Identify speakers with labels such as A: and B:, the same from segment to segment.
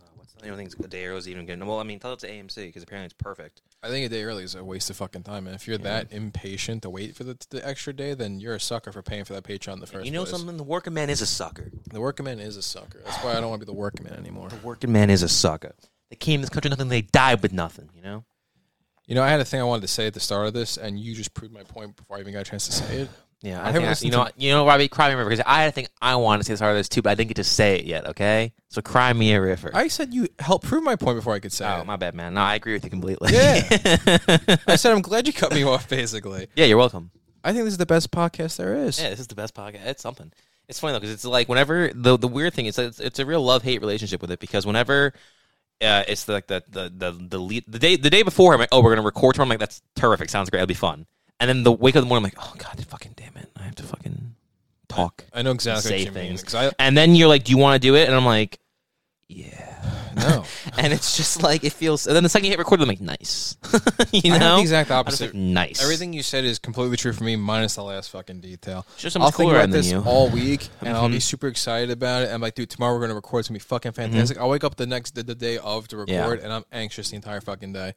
A: Uh,
B: I don't think a day early is even good. Well, I mean, tell it to AMC because apparently it's perfect.
A: I think a day early is a waste of fucking time. And if you're that impatient to wait for the, the extra day, then you're a sucker for paying for that Patreon in the first
B: you know
A: place.
B: something? The working man is a sucker.
A: The working man is a sucker. That's why I don't want to be the working man anymore.
B: The working man is a sucker. They came to this country with nothing. They died with nothing. You know.
A: You know, I had a thing I wanted to say at the start of this, and you just proved my point before I even got a chance to say it.
B: Yeah,
A: I
B: I,
A: haven't
B: think I
A: listened
B: you know
A: to-
B: you know Robbie, cry me a river because I had a thing I wanted to say as hard as too, but I didn't get to say it yet. Okay, so cry me a river.
A: I said you helped prove my point before I could say
B: oh
A: it.
B: my bad, man. No, I agree with you completely.
A: Yeah. I said I'm glad you cut me off. Basically,
B: yeah, you're welcome.
A: I think this is the best podcast there is.
B: Yeah, this is the best podcast. It's something. It's funny though because it's like whenever the the weird thing is that it's, it's a real love hate relationship with it because whenever uh, it's like the the the the, lead, the day the day before I'm like oh we're gonna record tomorrow I'm like that's terrific sounds great it'll be fun and then the wake up in the morning I'm like oh god fucking damn it I have to fucking talk
A: I know exactly
B: say
A: what you mean.
B: things
A: 'cause I
B: and then you're like do you want to do it and I'm like yeah
A: no,
B: and it's just like it feels and then the second you hit record I'm like nice you know
A: I have the exact
B: I'm just
A: opposite.
B: like, nice
A: Everything you said is completely true for me, minus the last fucking detail.
B: Just so much
A: I'll think
B: cooler
A: about
B: than
A: this
B: you. Mm-hmm.
A: all week, and I'll be super excited about it. I'm like, dude, tomorrow we're gonna record. It's gonna be fucking fantastic. I'll wake up the next the, the day of to
B: Yeah.
A: record, and I'm anxious the entire fucking day.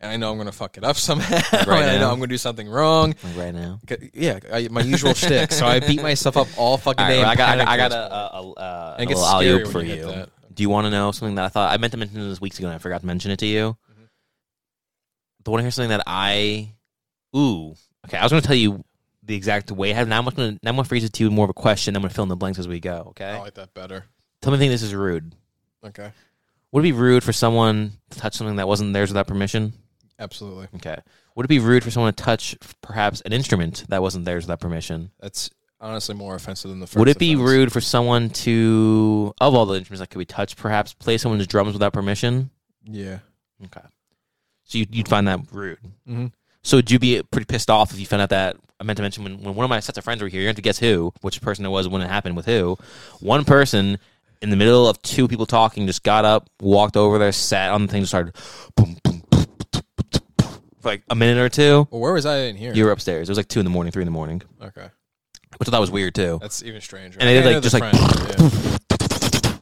A: And I know I'm gonna fuck it up somehow. and I
B: now.
A: know I'm gonna do something wrong.
B: Like, right now
A: 'Cause- Yeah, I, my usual shtick. So I beat myself up all fucking
B: All right,
A: day.
B: well,
A: and
B: I got, I got, I got
A: panic.
B: a, a, a, a,
A: And it
B: a
A: gets
B: little alley-oop
A: scarier
B: for
A: when you
B: you.
A: hit that.
B: Do you want to know something that I thought I meant to mention this weeks ago and I forgot to mention it to you? Do you want to hear something that I? Ooh, okay. I was going to tell you the exact way. I have now. I'm going to now I'm going to phrase it to you more of a question. I'm going to fill in the blanks as we go. Okay.
A: I like that better.
B: Tell me, if you think this is rude?
A: Okay,
B: Would it be rude for someone to touch something that wasn't theirs without permission?
A: absolutely.
B: Okay. Would it be rude for someone to touch perhaps an instrument that wasn't theirs without permission?
A: That's honestly more offensive than the first.
B: Would it be
A: offense.
B: rude for someone to, of all the instruments that could be touched, perhaps play someone's drums without permission?
A: Yeah.
B: Okay. So you, you'd find that rude.
A: Mm-hmm.
B: So would you be pretty pissed off if you found out that I meant to mention when, when one of my sets of friends were here, you have to guess who, which person it was when it happened with who. One person in the middle of two people talking just got up, walked over there, sat on the thing, started boom, boom, boom, boom, boom, boom, for like a minute or two.
A: Well, where was I in here?
B: You were upstairs. It was like two in the morning, three in the morning,
A: okay,
B: which I thought was weird too.
A: that's even stranger.
B: And they did,
A: I know
B: like,
A: the
B: just, like,
A: friend, yeah.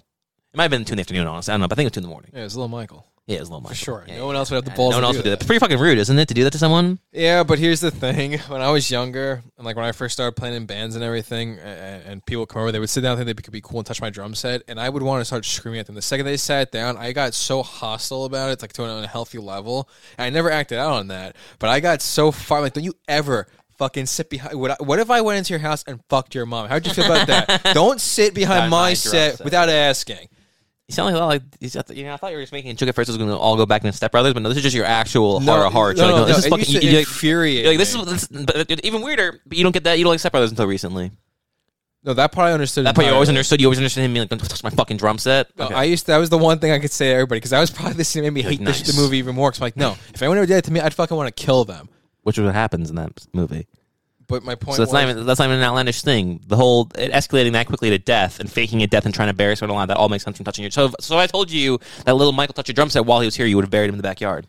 B: It might have been two in the afternoon, honestly. I don't know, but I think it was two in the morning.
A: Yeah, it's little Michael.
B: Yeah, it was a little
A: For
B: much.
A: sure.
B: Yeah,
A: no one else would have the
B: yeah.
A: balls.
B: No one
A: to
B: else
A: do
B: would do that. It's pretty fucking rude, isn't it, to do that to someone?
A: Yeah, but here's the thing. When I was younger, and like when I first started playing in bands and everything, and, and people would come over, they would sit down, and think they could be cool, and touch my drum set, and I would want to start screaming at them. The second they sat down, I got so hostile about it, like to an unhealthy level. And I never acted out on that, but I got so far. Like, don't you ever fucking sit behind? Would I, what if I went into your house and fucked your mom? How'd you feel about that? don't sit behind
B: Behind my
A: my
B: drum
A: set
B: set.
A: without asking.
B: You sound like a lot like you said- you know. I thought you were just making a joke at first. It was going to all go back into Step Brothers, but no, this is just your actual heart of heart.
A: no,
B: You're like,
A: no,
B: this
A: no,
B: is
A: it
B: fucking.
A: used to
B: you- you-
A: infuriate
B: you're like, this
A: me.
B: is this, but it- even weirder. But you don't get that. You don't like Step Brothers until recently.
A: No, that part I understood.
B: That part you always
A: entirely.
B: understood. You always understood him being like, "Don't touch my fucking drum set."
A: No,
B: Okay.
A: I used to, that was the one thing I could say to everybody because that was probably the scene that made me
B: Like,
A: hate this,
B: nice.
A: the movie even more. Because I'm like, no, if anyone ever did that to me, I'd fucking want to kill them.
B: Which is what happens in that movie.
A: But my point
B: So that's
A: was,
B: not even that's not even an outlandish thing. The whole it escalating that quickly to death and faking a death and trying to bury someone alive. That all makes sense from touching your. So if- so I told you that little Michael touched your drum set while he was here. You would have buried him in the backyard.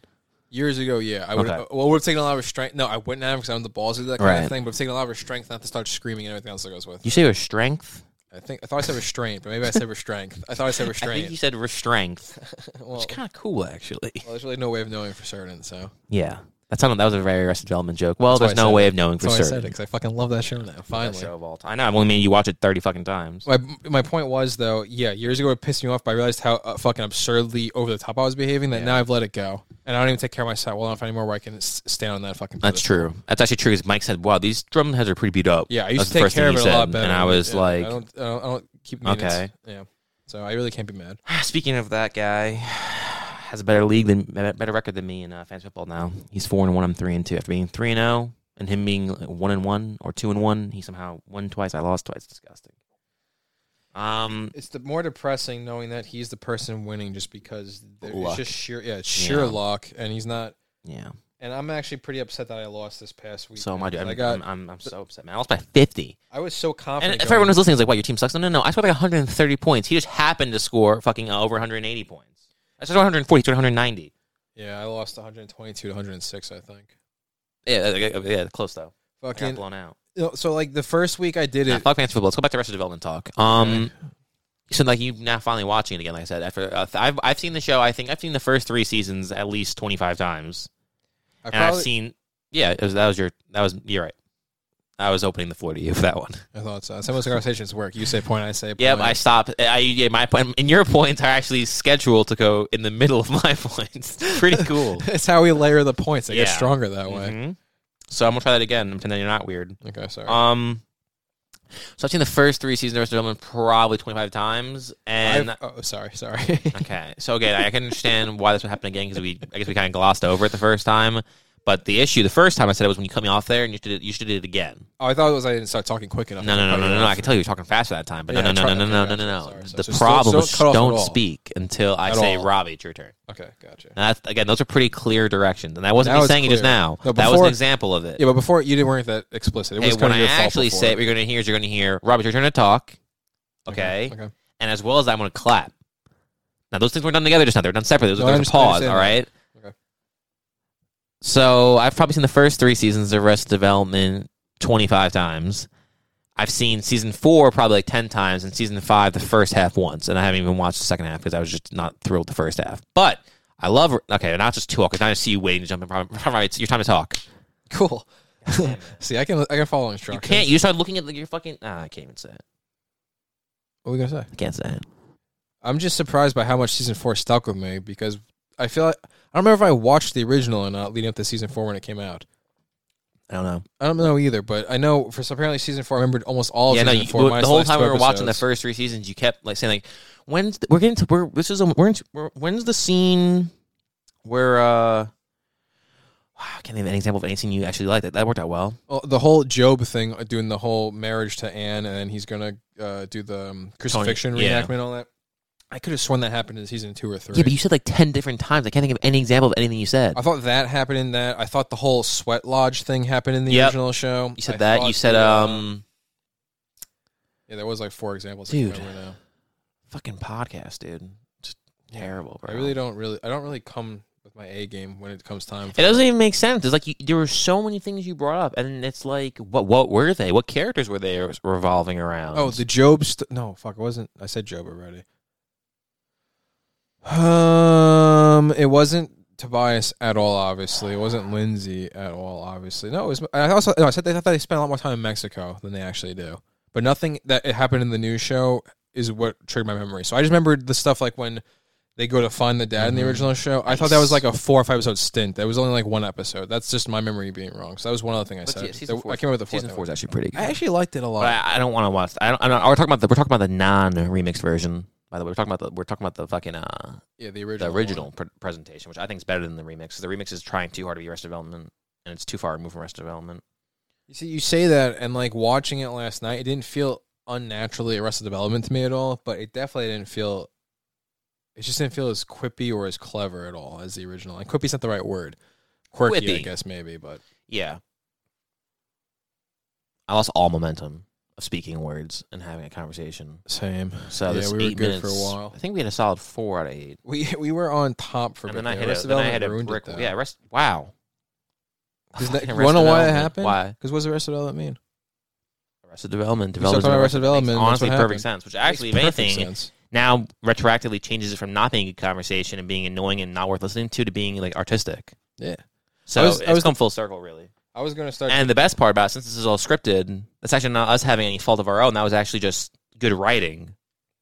A: years ago, yeah, I would
B: Okay.
A: well, would have taken a lot of strength. No, I wouldn't have because I don't have the balls to do that kind
B: Right.
A: of thing. But I've taken a lot of strength not to start screaming and everything else that goes with.
B: You
A: it.
B: say your strength.
A: I think I thought I said restraint, but maybe I said restraint. I thought I said
B: I think you
A: restraint.
B: said restraint.
A: well,
B: It's kind of cool, actually.
A: well, there's really no way of knowing for certain. So
B: Yeah, that sounded that was a very Arrested Development joke. Well,
A: That's
B: there's
A: why I
B: no
A: said
B: way
A: it.
B: of knowing
A: that's
B: for
A: why I said it
B: certain.
A: because I fucking love that show now. Finally,
B: Show of all time. I know. I've only made you watch it thirty fucking times.
A: My my point was though, yeah, years ago it pissed me off, but I realized how uh, fucking absurdly over the top I was behaving. That now I've let it go, and I don't even take care of myself well enough anymore where I can s- stand on that fucking.
B: That's true. That's actually true. Because Mike said, "Wow, these drum heads are pretty beat up."
A: Yeah,
B: That's
A: I used
B: the
A: to take
B: first thing
A: care of
B: you
A: it a lot
B: said,
A: better,
B: and I was
A: yeah.
B: like,
A: I don't, I don't, I don't keep minutes.
B: Okay.
A: yeah. So I really can't be mad.
B: Speaking of that guy, has a better league than better record than me in uh, fantasy football now. He's four and one. I'm three and two. After being three and zero, and him being one and one or two and one, he somehow won twice. I lost twice. Disgusting. Um,
A: It's the more depressing knowing that he's the person winning just because there-
B: Luck.
A: it's just sheer yeah, it's sheer
B: Yeah.
A: luck, and he's not.
B: yeah.
A: And I'm actually pretty upset that I lost this past week.
B: So am I. Dude. I'm,
A: I got.
B: I'm, I'm, I'm so upset, man. I lost by fifty.
A: I was so confident.
B: And if
A: going-
B: everyone was listening, it's like, "Wow, your team sucks." No, no, no. I scored like 130 points. He just happened to score fucking uh, over 180 points. I scored 140, scored 190.
A: yeah, I lost 122 to 106. I think.
B: Yeah, uh, yeah, yeah, close though. I got
A: Fucking.
B: blown out.
A: you know, So like the first week I did
B: Nah,
A: it.
B: fuck fantasy football. Let's go back to rest of development talk. Um, so like you now finally watching it again. Like I said, after uh, I've I've seen the show. I think I've seen the first three seasons at least twenty five times,
A: I
B: and I've seen. Yeah, it was, that was your that was you're right. I was opening the floor to you for that one.
A: I thought so. Some of those conversations work. You say point, I say point.
B: Yeah, I stopped. I yeah, my point and your points are actually scheduled to go in the middle of my points. Pretty cool.
A: it's how we layer the points. They get
B: Yeah.
A: stronger that way.
B: Mhm. So I'm gonna try that again. and then you're not weird.
A: Okay, sorry.
B: Um, so I've seen the first three seasons of Arrested Development probably 25 times, and
A: I've- oh, sorry, sorry.
B: okay, so again, I can understand why this would happen again because we, I guess, we kind of glossed over it the first time. But the issue, the first time I said it was when you cut me off there, and you should you should did it again.
A: oh, I thought it was I didn't start talking quick enough.
B: No, no, no, no, no, no. I can tell you were talking faster that time, but no,
A: Yeah,
B: no, no,
A: try-
B: no,
A: okay,
B: no, no, no,
A: gotcha.
B: no,
A: Sorry,
B: no.
A: sorry.
B: The
A: So- so
B: problem
A: don't
B: is
A: cut off at
B: don't
A: all.
B: speak until I
A: At
B: say
A: all.
B: Robbie. It's your turn.
A: Okay, gotcha.
B: And that's again, those are pretty clear directions, and that wasn't
A: That
B: me
A: was
B: saying it just
A: clear.
B: now.
A: No,
B: that was an
A: before-
B: example of it.
A: Yeah, but before you didn't weren't that explicit. It was
B: Hey,
A: kind
B: when
A: of
B: I
A: your fault
B: actually
A: before.
B: say it, what you're going to hear is you're going to hear, Rob, it's your turn to talk. Okay.
A: Okay. okay.
B: And as well as that, I'm going to clap. Now, those things weren't done together just now. They're done separately. Those
A: No,
B: are
A: I
B: there's a pause,
A: understand-
B: all
A: understand
B: right?
A: Okay.
B: So I've probably seen the first three seasons of Rest Development 25 times. I've seen season four probably like 10 times and season five, the first half once. And I haven't even watched the second half because I was just not thrilled the first half. But I love, okay, not just two because now I see you waiting to jump in. All right, it's your time to talk.
A: Cool. See, I can I can follow
B: You
A: instructions.
B: can't, you start looking at like, your fucking, ah, I can't even say it.
A: What are we gonna say?
B: I can't say it.
A: I'm just surprised by how much season four stuck with me because I feel like I don't remember if I watched the original or not leading up to season four when it came out.
B: I don't know.
A: I don't know either, but I know for apparently season four I remembered almost all of
B: yeah, no,
A: season
B: you,
A: four.
B: the
A: minus
B: whole
A: last
B: time
A: two
B: we were watching the
A: episodes.
B: first three seasons, you kept like saying like, "When's the, we're getting to we're this is a, we're, into, we're when's the scene where uh." Wow, I can't think of any example of any scene you actually liked. That that worked out well.
A: Well, Oh, the whole Job thing, uh, doing the whole marriage to Anne, and then he's gonna uh, do the um, crucifixion
B: yeah.
A: reenactment, and all that. I could have sworn that happened in season two or three.
B: Yeah, but you said like ten different times. I can't think of any example of anything you said.
A: I thought that happened in that. I thought the whole sweat lodge thing happened in the
B: Yep.
A: original show.
B: You said
A: I
B: that.
A: thought
B: You said
A: the, uh,
B: um,
A: Yeah, there was like four examples. I
B: Dude.
A: can remember now.
B: fucking podcast, dude. Just terrible, bro.
A: I really don't really. I don't really come with my A game when it comes time.
B: It doesn't even make sense. It's like you, there were so many things you brought up, and it's like, what? What were they? What characters were they revolving around?
A: Oh, the Job. St- no, fuck. It wasn't. I said Job already. Um, it wasn't Tobias at all. Obviously, it wasn't Lindsay at all. Obviously, no. It was. I also no, I said they I thought they spent a lot more time in Mexico than they actually do. But nothing that it happened in the news show is what triggered my memory. So I just remembered the stuff like when they go to find the dad in the
B: Mhm.
A: original show. I thought that was
B: Nice.
A: like a four or five episode stint. That was only like one episode. That's just my memory being wrong. So that was one other thing I
B: But
A: said.
B: yeah, season
A: That-
B: four-
A: I came up with the fourth
B: season
A: thing.
B: four is actually pretty good.
A: I actually liked it a lot.
B: But I, I don't want to watch. I don't, I'm not. We're talking about the. We're talking about the non remix version. By the way, we're talking about the. We're talking about the fucking uh
A: yeah, the
B: the
A: original. one.
B: original pr- presentation, which I think is better than the remix. 'cause The remix is trying too hard to be Rest Development, and it's too far removed from Rest Development.
A: You see, you say that, and like watching it last night, it didn't feel unnaturally Arrested Development to me at all. But it definitely didn't feel. It just didn't feel as quippy or as clever at all as the original. And quippy's not the right word. Quirky, I
B: Quippy.
A: guess maybe, but
B: Yeah. I lost all momentum of speaking words and having a conversation.
A: same.
B: So
A: Yeah,
B: this
A: we were
B: eight
A: good for a
B: minutes-
A: while.
B: I think we had a solid four out of eight.
A: We we were on top for. a
B: And
A: bit
B: then I
A: there.
B: hit
A: Arrested
B: a. Then I hit
A: Development
B: a
A: ruined it,
B: brick.
A: though.
B: Yeah. Rest. Wow.
A: Is that-
B: Fucking
A: you wanna know
B: Arrested
A: why that
B: Development.
A: happened?
B: Why?
A: Because what's Arrested Development mean?
B: Arrested Development.
A: You start
B: Development.
A: talking about Arrested Development. and that's
B: honestly
A: what
B: perfect
A: happened.
B: sense. Which actually, if
A: Makes perfect
B: anything,
A: sense.
B: now retroactively changes it from not being a good conversation and being annoying and not worth listening to to being like artistic.
A: yeah.
B: So
A: I was- I
B: it's
A: was-
B: come full circle, really.
A: I was gonna start.
B: And the best part about it, since this is all scripted, that's actually not us having any fault of our own. That was actually just good writing,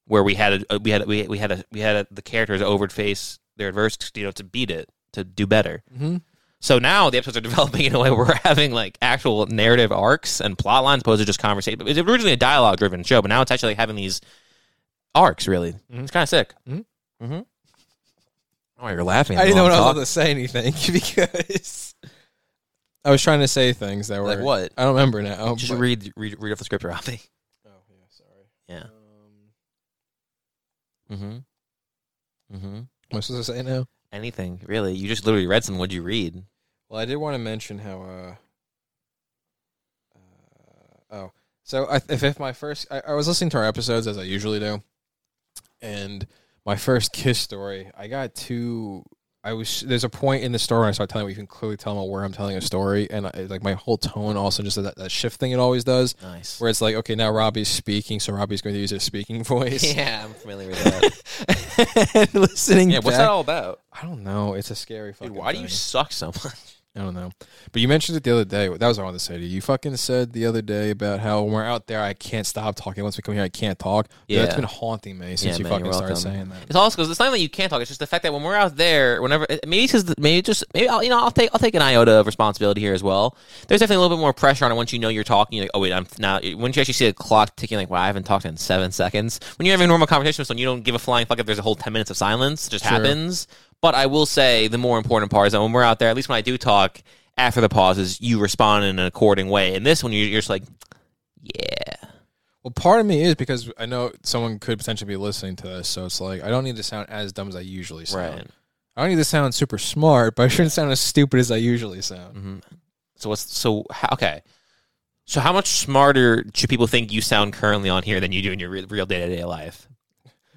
B: where we had a, we had we we had a, we had a, the characters overface their adversity, you know, to beat it to do better.
A: Mhm.
B: So now the episodes are developing in a way where we're having like actual narrative arcs and plot lines, opposed to just conversation. It was originally a dialogue driven show, but now it's actually like having these arcs. Really,
A: Mhm.
B: it's kind of sick.
A: Mhm.
B: Mm-hmm. Oh, you're laughing.
A: I didn't know
B: while
A: what I was
B: I'm
A: about to say anything because I was trying to say things that were
B: Like what?
A: I don't remember now.
B: talking. Just
A: but-
B: read, read read off the script, Robbie.
A: oh yeah, sorry.
B: Yeah.
A: Um,
B: Mm-hmm. Mm-hmm.
A: what am I supposed to say now?
B: Anything really? You just literally read something. What'd you read?
A: Well, I did want to mention how. Uh, uh, oh, so I, if if my first, I, I was listening to our episodes as I usually do, and my first kiss story, I got too. I I was there's a point in the story when I start telling where you can clearly tell them where I'm telling a story, and I, like my whole tone also just that, that shift thing it always does,
B: Nice.
A: where it's like okay now Robbie's speaking, so Robbie's going to use his speaking voice.
C: Yeah, I'm familiar with that.
A: and listening,
B: Yeah, what's
A: back-
B: that all about?
A: I don't know. It's a scary fucking.
B: Dude, why do you
A: thing.
B: suck so much?
A: I don't know. But you mentioned it the other day. That was what I wanted to say to you. You fucking said the other day about how when we're out there, I can't stop talking. Once we come here, I can't talk. Yeah. That's
B: Yeah.
A: been haunting me since
B: Yeah,
A: you
B: man,
A: fucking
B: you're
A: started
B: welcome.
A: saying that.
B: It's also because it's not that you can't talk. It's just the fact that when we're out there, whenever maybe it's 'cause the- maybe just maybe I'll, you know I'll take I'll take an iota of responsibility here as well. There's definitely a little bit more pressure on it once you know you're talking. You're like, oh wait, I'm now. Once you actually see a clock ticking, like, wow, I haven't talked in seven seconds. When you're having a normal conversation with someone, you don't give a flying fuck if there's a whole ten minutes of silence. It just
A: Sure.
B: happens. But I will say the more important part is that when we're out there, at least when I do talk after the pauses, you respond in an according way. And this one, you're, you're just like, yeah.
A: Well, part of me is because I know someone could potentially be listening to this. So it's like, I don't need to sound as dumb as I usually sound.
B: Right.
A: I don't need to sound super smart, but I shouldn't sound as stupid as I usually sound.
B: hmm So what's so how, okay? So how much smarter should people think you sound currently on here than you do in your re- real day to day life?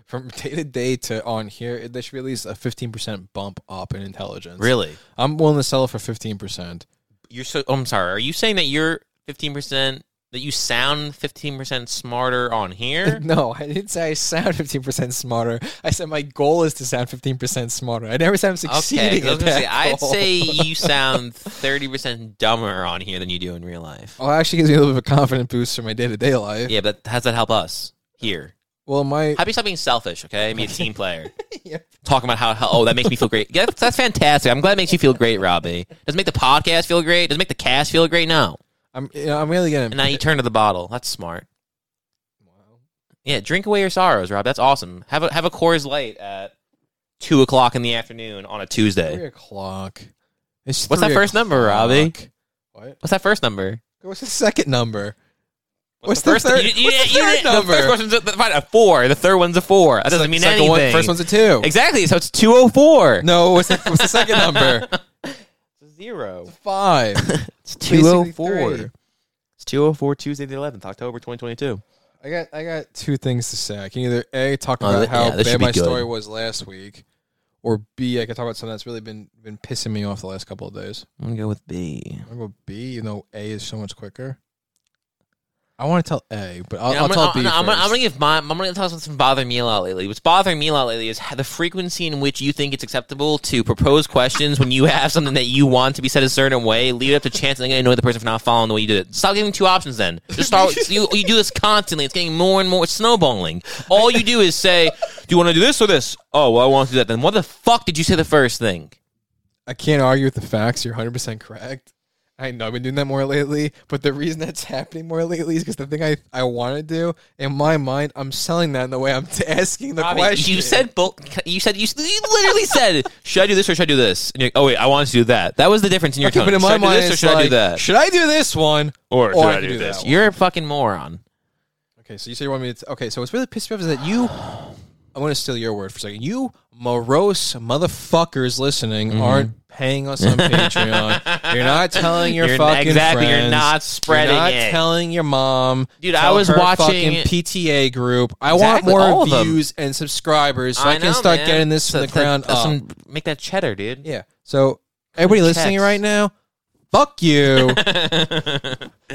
A: From day to day to on here, there should be at least a 15% bump up in intelligence.
B: Really?
A: I'm willing to sell it for 15%.
B: You're so. oh, I'm sorry. Are you saying that you're fifteen percent? That you sound fifteen percent smarter on here?
A: No, I didn't say I sound 15% smarter. I said my goal is to sound 15% smarter. I never said I'm
B: Okay,
A: succeeding.
B: 'cause I was
A: at
B: gonna say,
A: that
B: I'd
A: goal.
B: say you sound thirty percent dumber on here than you do in real life.
A: Well, it actually gives me a little bit of a confident boost for my day to day life.
B: Yeah, but how's that help us here?
A: Well, my.
B: How about you stop being selfish? Okay, be a team player.
A: Yeah.
B: Talking about how, how oh that makes me feel great. Yeah, that's, that's fantastic. I'm glad it makes you feel great, Robbie. Does it make the podcast feel great? Does it make the cast feel great? No.
A: I'm, you know, I'm really
B: And
A: getting.
B: now you turn to the bottle. That's smart. Yeah, drink away your sorrows, Rob. That's awesome. Have a have a Coors Light at two o'clock in the afternoon on a Tuesday.
A: 3 o'clock. It's
B: What's that
A: three
B: first number, Robbie?
A: o'clock. What?
B: What's that first number?
A: What's the second number? What's the
B: first
A: third-
B: you- you-
A: what's the
B: you-
A: third number?
B: first question's a, fine, a four. The third one's a four. That doesn't mean
A: Second
B: anything.
A: One, first one's a two.
B: exactly. So it's two oh four.
A: No, what's the, what's the second number?
B: zero.
A: Five.
B: It's
A: Basically
B: two oh four.
A: three.
B: It's two oh four Tuesday the eleventh, October twenty twenty two.
A: I got I got two things to say. I can either a talk
B: Oh,
A: about
B: th-
A: how
B: yeah, this should
A: bad
B: be
A: my
B: good.
A: story was last week, or b I can talk about something that's really been been pissing me off the last couple of days.
B: I'm gonna go with B.
A: I'm gonna go b, even though a is so much quicker. I want to tell a, but I'll,
B: Yeah,
A: I'll
B: I'm gonna-
A: tell
B: I'll-
A: b
B: no, I'm, gonna, I'm gonna
A: first.
B: give my. I'm gonna tell something bothering me a lot lately. What's bothering me a lot lately is how- the frequency in which you think it's acceptable to propose questions when you have something that you want to be said a certain way. Leave it up to chance, and then annoy the person for not following the way you did it. Stop giving two options. Then just start. with- you you do this constantly. It's getting more and more it's snowballing. All you do is say, "Do you want to do this or this?" Oh, well, I want to do that. Then what the fuck did you say the first thing?
A: I can't argue with the facts. You're 100 percent correct. I know I've been doing that more lately, but the reason that's happening more lately is because the thing I, I want to do in my mind, I'm selling that in the way I'm t- asking the
B: Robbie,
A: question.
B: You said both. You said you, you literally said, "Should I do this or should I do this?" And you're like, "Oh wait, I want to do that." That was the difference in your
A: Okay,
B: tone.
A: but in
B: should
A: my
B: I do
A: mind,
B: this or
A: it's
B: should I do
A: like,
B: that?
A: Should I do this one
B: Or
A: should I do this?
B: that? You're a fucking moron.
A: Okay, so you say you want me to. Okay, so what's really pissed me off is that you. I want to steal your word for a second. You morose motherfuckers listening
B: Mm-hmm.
A: aren't paying us on Patreon. You're not telling your
B: You're not-
A: fucking
B: exactly, you're
A: friends.
B: not spreading
A: You're not
B: it.
A: telling your mom.
B: Dude, I
A: Tell
B: was
A: her
B: watching-
A: fucking PTA group. I
B: Exactly, all
A: want
B: of
A: more
B: them.
A: views and subscribers so I,
B: I
A: can
B: know,
A: start
B: man.
A: getting this from
B: So
A: the
B: that-
A: ground
B: that's
A: up.
B: some- make that cheddar, dude.
A: yeah. So everybody listening
B: checks.
A: right now, fuck you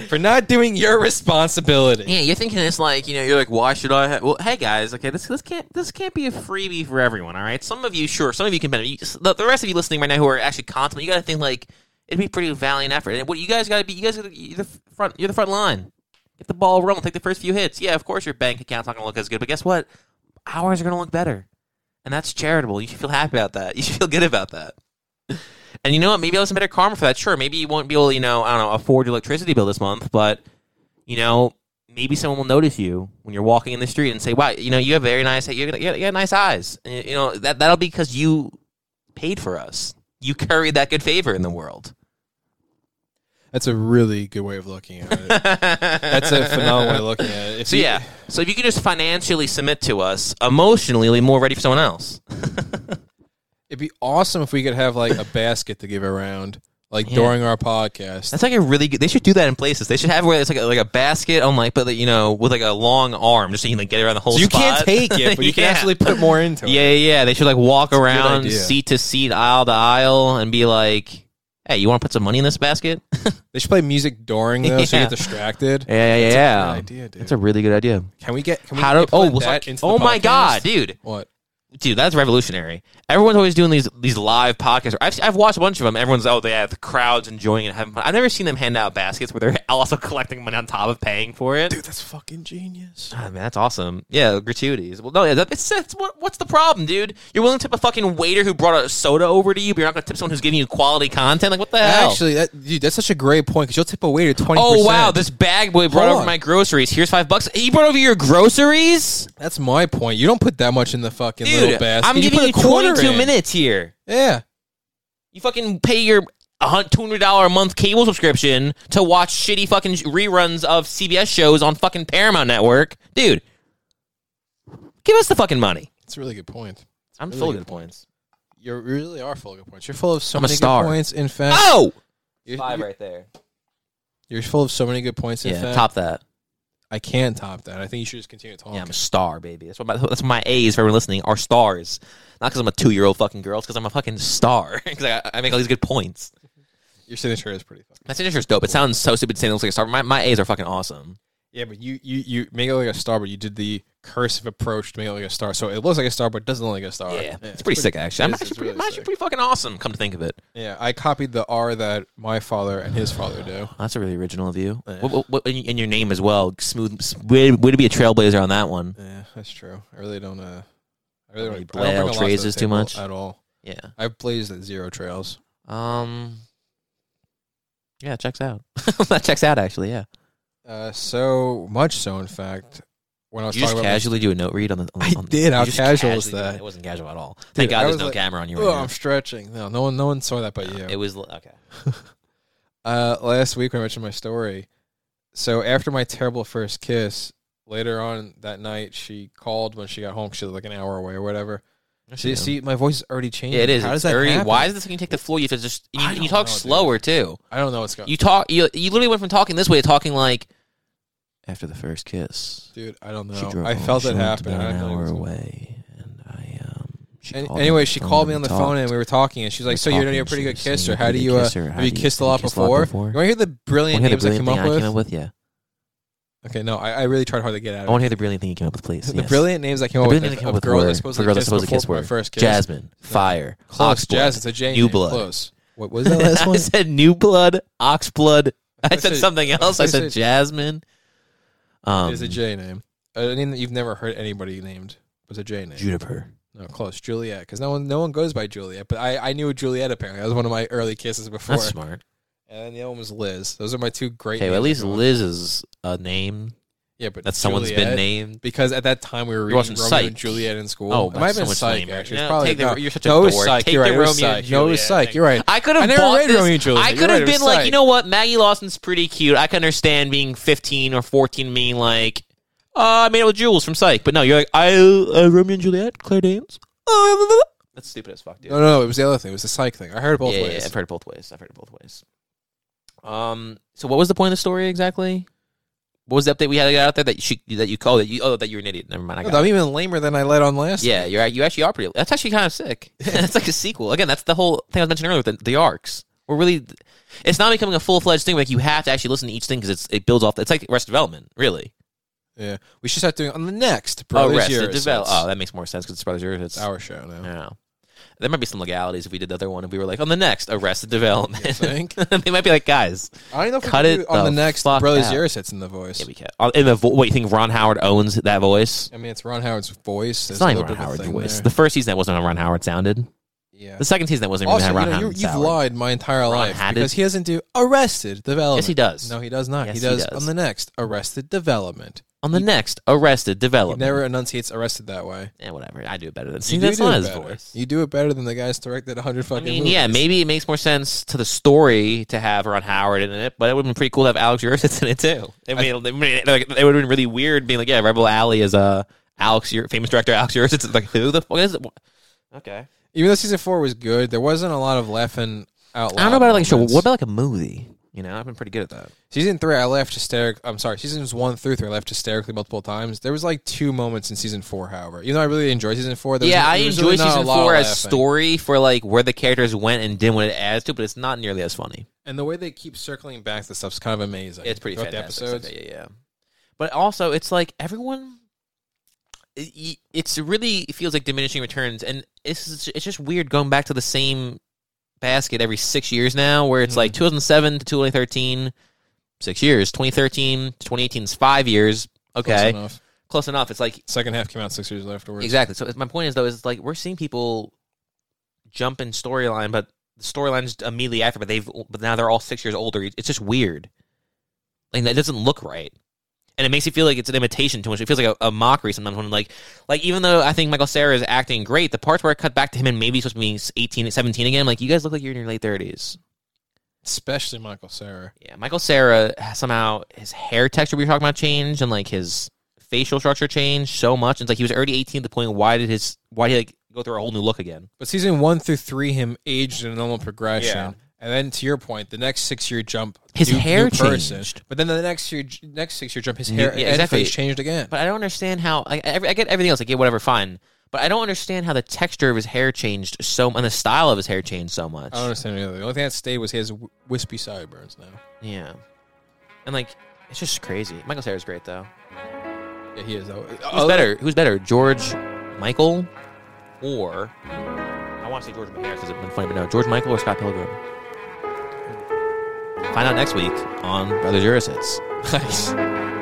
A: for not doing your responsibility.
B: Yeah, you're thinking it's like you know you're like why should I? Ha-? Well, hey guys, okay, this this can't this can't be a freebie for everyone. All right, some of you sure, some of you can benefit. You, the, the rest of you listening right now who are actually contemplating, you got to think like it'd be pretty valiant effort. And what you guys got to be, you guys are the, you're the front, you're the front line. Get the ball rolling, take the first few hits. Yeah, of course your bank account's not gonna look as good, but guess what? Ours are gonna look better, and that's charitable. You should feel happy about that. You should feel good about that. And you know what? Maybe I'll have some better karma for that. Sure, maybe you won't be able, to, you know, I don't know, afford your electricity bill this month, but you know, maybe someone will notice you when you're walking in the street and say, "Wow, you know, you have very nice, you got, you got, you got nice eyes." And, you know, that that'll be because you paid for us. You carry that good favor in the world.
A: That's a really good way of looking at it. That's
B: That's
A: a phenomenal way of looking at it. If
B: So
A: you-
B: yeah, so if you can just financially submit to us, emotionally, you'll be more ready for someone else.
A: it'd be awesome if we could have like a basket to give around like
B: Yeah.
A: during our podcast.
B: That's like a really good. They should do that in places. They should have where it's like a, like a basket on like, but you know, with like a long arm, just so you can like get around the whole.
A: So you
B: spot.
A: can't take it, but you can
B: Yeah.
A: actually put more into it.
B: Yeah, yeah, yeah. They should like walk around
A: idea.
B: seat to seat, aisle to aisle, and be like, "Hey, you want to put some money in this basket?"
A: They should play music during though, so you
B: Yeah.
A: get distracted.
B: Yeah, yeah,
A: Good
B: yeah.
A: idea, dude.
B: That's a really good idea.
A: can we get? Can we
B: How do? Oh,
A: implement
B: we'll
A: that
B: talk-
A: into the
B: oh my
A: podcast?
B: god, dude,
A: What?
B: dude, that's revolutionary. Everyone's always doing these these live podcasts. I've I've watched a bunch of them. Everyone's oh they have the crowds enjoying it, having fun. I've never seen them hand out baskets where they're also collecting money on top of paying for it.
A: Dude, that's fucking genius.
B: Ah, man, that's awesome. Yeah, gratuities. Well, no, yeah, that, it's, it's, what, what's the problem, dude? You're willing to tip a fucking waiter who brought a soda over to you, but you're not going to tip someone who's giving you quality content. Like, what the hell?
A: Actually, that dude, that's such a great point because you'll tip a waiter twenty.
B: oh wow, this bag boy brought
A: Hold
B: over
A: on.
B: my groceries. Here's five bucks. He brought over your groceries,
A: that's my point. You don't put that much in the fucking little
B: dude.
A: basket.
B: I'm giving
A: put
B: you
A: a quarter
B: 22
A: in.
B: minutes here.
A: Yeah,
B: You fucking pay your two hundred dollar a month cable subscription to watch shitty fucking reruns of CBS shows on fucking Paramount Network, dude. Give us the fucking money.
A: it's a really good point.
B: I'm
A: Really
B: full of
A: good
B: good points.
A: You really are full of good points. You're full of so
B: I'm a
A: many
B: star.
A: good points. In fact,
B: Oh.
A: you're,
B: five
A: you're-
B: right there.
A: you're full of so many good points. In
B: yeah,
A: fact,
B: top that.
A: I can top that. I think you should just continue talking.
B: Yeah, I'm a star, baby. That's what my that's what my A's for everyone listening are stars. Not because I'm a two year old fucking girl. It's because I'm a fucking star. Because I, I make all these good points.
A: Your signature is pretty fun.
B: My signature's dope. It sounds so stupid saying it looks like a star. but My my A's are fucking awesome.
A: Yeah, but you you you make it look like a star, but you did the cursive approach to make it look like a star. So it looks like a star, but it doesn't look like a star.
B: Yeah, it's, pretty, sick actually.
A: it
B: I'm
A: is,
B: actually
A: it's
B: pretty,
A: really
B: I'm actually
A: sick.
B: pretty fucking awesome. Come to think of it,
A: Yeah, I copied the R that my father and his father do.
B: that's a really original of you. What, what, what, and y- and your name as well. Smooth. s- Way, way to be a trailblazer on that one.
A: Yeah, that's true. I really don't. Uh, I really
B: Don't
A: don't.
B: really
A: I don't
B: blail
A: bring a lot to the
B: traces too
A: table
B: much.
A: at all.
B: Yeah.
A: I've blazed at zero trails.
B: Um. Yeah, it checks out. that checks out actually. Yeah.
A: Uh, so much so, in fact, when I was
B: you
A: talking
B: just
A: about
B: casually do a note read on the. On,
A: I
B: on-
A: did. How
B: you just
A: casual was
B: casually did
A: that?
B: It wasn't casual at all. Thank
A: Dude,
B: God
A: I
B: there's
A: was
B: no
A: like,
B: camera on you.
A: oh,
B: Right
A: I'm stretching. No, no one, no one saw that but you.
B: now. It was okay.
A: Uh, last week when I mentioned my story. So after my terrible first kiss, later on that night, she called when she got home. 'cause She was like an hour away or whatever. See, see, my voice is already changing.
B: yeah, it is.
A: How
B: It's
A: does that
B: very-
A: happen?
B: Why is this thing take the floor? You have to just you,
A: I
B: you
A: don't
B: talk
A: know, dude.
B: slower too.
A: I don't know what's going.
B: You talk. You you literally went from talking this way to talking like after the first kiss.
A: Dude, I don't
B: She
A: know.
B: drove
A: I
B: home.
A: felt
B: She
A: it
B: went
A: happen.
B: About
A: I
B: an
A: don't know
B: hour
A: what's-
B: away, and I um. She
A: Any-
B: called
A: anyway, she
B: phone
A: called me
B: and
A: on the
B: talked.
A: phone and we were talking, and she's like,
B: We're
A: "So you're,
B: talking,
A: you're a pretty
B: she
A: good
B: was saying,
A: kisser.
B: "You're a
A: How do
B: pretty
A: you, uh,
B: kisser. How
A: have you
B: do you-
A: kissed a
B: have you
A: lot
B: kissed a lot
A: before?
B: before?"
A: You want to hear the
B: I want
A: brilliant
B: to hear
A: names
B: the
A: I
B: brilliant
A: came
B: thing
A: up
B: I
A: with?
B: came up with. Yeah,
A: Okay, no, I, I really tried hard to get out
B: I
A: of
B: want to hear the brilliant thing you came up with, please.
A: it. The
B: Yes.
A: brilliant names I came
B: The
A: up with
B: brilliant thing
A: of,
B: I came up
A: of
B: with
A: girls
B: were-
A: I
B: for
A: supposedly
B: girls I
A: kissed
B: supposedly
A: before
B: kissed
A: my
B: were
A: first kiss.
B: Jasmine, Fire,
A: Close,
B: Oxblood,
A: Jazz. It's a J.
B: New
A: name.
B: Blood.
A: Close. What was that last
B: I
A: one?
B: said new blood, oxblood. I
A: I
B: said
A: said-
B: something else. I
A: I
B: said
A: said-
B: jasmine. Um,
A: It's a J name. A name that you've never heard anybody named. Was a J name.
B: juniper.
A: No, close. Juliet, because no one, no one goes by Juliet. But I, I knew Juliet apparently. That was one of my early kisses before.
B: That's smart.
A: And then the other one was Liz. Those are my two great.
B: Okay, well,
A: names
B: at
A: I
B: least
A: came up with.
B: Liz is a name
A: Yeah, but
B: that someone's been
A: Juliet-
B: named.
A: because at that time we were
B: It
A: reading
B: wasn't
A: Romeo
B: Psych.
A: and Juliet in school.
B: Oh,
A: it might have
B: so
A: been
B: much
A: Psych.
B: later.
A: Actually,
B: No,
A: it's probably
B: take the-
A: no.
B: you're such a
A: no, it was
B: dork.
A: Psych.
B: Take
A: you're
B: the
A: right. it was
B: Romeo and
A: Psych. No, it was
B: Juliet
A: Psych.
B: thing.
A: You're right.
B: I could have
A: I never
B: bought
A: read
B: this.
A: Romeo and Juliet.
B: I
A: You're
B: could
A: right,
B: have
A: it
B: been
A: was
B: like,
A: Psych.
B: you know what, Maggie Lawson's pretty cute. I can understand being 15 or 14 and being like, uh, I made it with Jules from Psych. But no, you're like, I uh, Romeo and Juliet, Claire Danes.
A: Oh,
B: Uh, That's stupid as fuck, dude.
A: No, no, it was the other thing. It was the Psych thing. I heard it both
B: yeah, yeah,
A: ways.
B: I've heard it both ways. I've heard it both ways. Um. So what was the point of the story exactly? What was the update we had to get out there that you that you called that you oh that you're an idiot? Never mind. I
A: No,
B: got
A: I'm
B: it.
A: even lamer than I let on last.
B: Yeah, you're you actually are pretty. That's actually kind of sick. that's like a sequel. Again, that's the whole thing I was mentioning earlier with the, the arcs. We're really, it's not becoming a full fledged thing. Like you have to actually listen to each thing because it's it builds off. It's like rest development, really.
A: yeah. We should start doing it on the next Brothers
B: oh, rest
A: Years.
B: develop.
A: It's
B: Oh, that makes more sense because it's brothers yours. It's
A: our show now.
B: yeah. There might be some legalities if we did the other one and we were like on the next Arrested Development.
A: think?
B: they might be like, guys,
A: I don't know if we
B: Cut
A: can do
B: it
A: on the
B: the
A: next
B: fuck
A: Brothers
B: out.
A: Years. It's in the voice.
B: Yeah, we can. Uh, In the vo- what you think Ron Howard owns that voice?
A: I mean, it's Ron Howard's voice.
B: It's
A: There's
B: not
A: a
B: even
A: little
B: Ron
A: bit of a
B: Howard's
A: thing
B: voice.
A: there.
B: The first season that wasn't how Ron Howard sounded.
A: Yeah.
B: The second season that wasn't even
A: Also,
B: how
A: you
B: Ron
A: know, you,
B: Howard
A: you've
B: sounded.
A: lied my entire life
B: Howard.
A: because he doesn't do Arrested Development.
B: Yes, he does.
A: No, he does not.
B: Yes,
A: he,
B: he
A: does
B: does.
A: on the next Arrested Development.
B: On the next Arrested
A: He
B: Development,
A: never enunciates Arrested that way.
B: yeah, whatever. I do it better than. See,
A: You do
B: that's
A: do
B: not
A: it
B: his
A: better.
B: voice.
A: You do it better than the guys directed 100
B: I
A: fucking
B: mean,
A: movies.
B: yeah, maybe it makes more sense to the story to have Ron Howard in it, but it would have been pretty cool to have Alex Ursitz in it too. I mean, it, it, like, it would have been really weird being like, yeah, Rebel Alley is uh, Alex, Ur- famous director Alex Ursitz. It's Like, who the fuck is it? Okay.
A: Even though season four was good, there wasn't a lot of laughing out loud.
B: I don't know about like a show.
A: moments.
B: What about like a movie? You know, I've been pretty good at that.
A: Season three, I laughed hysteric. I'm sorry, seasons one through three, I laughed hysterically multiple times. There was like two moments in season four, however. Even though I really enjoyed season four, there was,
B: yeah, I
A: there was
B: enjoy
A: really not a
B: season
A: lot of
B: four as
A: laughing.
B: story for like where the characters went and did what it adds to, but it's not nearly as funny.
A: And the way they keep circling back to stuff's kind of amazing.
B: It's pretty
A: Throughout the
B: fantastic.
A: episodes.
B: Yeah, yeah, yeah. But also, it's like everyone. it- y- It's really it feels like diminishing returns, and it's it's just weird going back to the same basket every six years now, where it's like
A: Mm-hmm.
B: 2007 to 2013, six years. 2013 to 2018 is five years.
A: Close
B: Okay, close enough.
A: enough.
B: It's like
A: Second half came out six years afterwards.
B: Exactly. So it's- my point is though is it's like we're seeing people jump in storyline, but the storylines immediately after, but they've but now they're all six years older. It's just weird. Like that doesn't look right, and it makes you feel like it's an imitation too much. It feels like a, a mockery sometimes. When like like even though I think Michael Sarah is acting great, the parts where I cut back to him and maybe he's supposed to be 18, 17 again, like you guys look like you're in your late thirties.
A: Especially Michael Sarah.
B: Yeah, Michael Sarah somehow his hair texture we were talking about changed and like his facial structure changed so much. It's like he was already eighteen at the point. Why did his why did he like go through a whole new look again?
A: But season one through three, him aged in a normal progression.
B: Yeah.
A: And then to your point, the next six year jump,
B: His
A: new-
B: hair
A: new person.
B: changed.
A: But then the next year, next six year jump, his
B: New-
A: hair
B: yeah,
A: and
B: exactly.
A: face changed again.
B: But I don't understand how I, I, I get everything else. I get whatever, fine. But I don't understand how the texture of his hair changed so and the style of his hair changed so much.
A: I don't understand either. The only thing that stayed was he has wh- wispy sideburns now.
B: Yeah, and like it's just crazy. Michael Sarah's great though.
A: Yeah, he is Oh, though. Who's
B: Who's better? Who's better, George Michael or I want to say George Harris because it's been funny, but no, George Michael or Scott Pilgrim. Find out next week on Brothers Urisits.
A: Nice.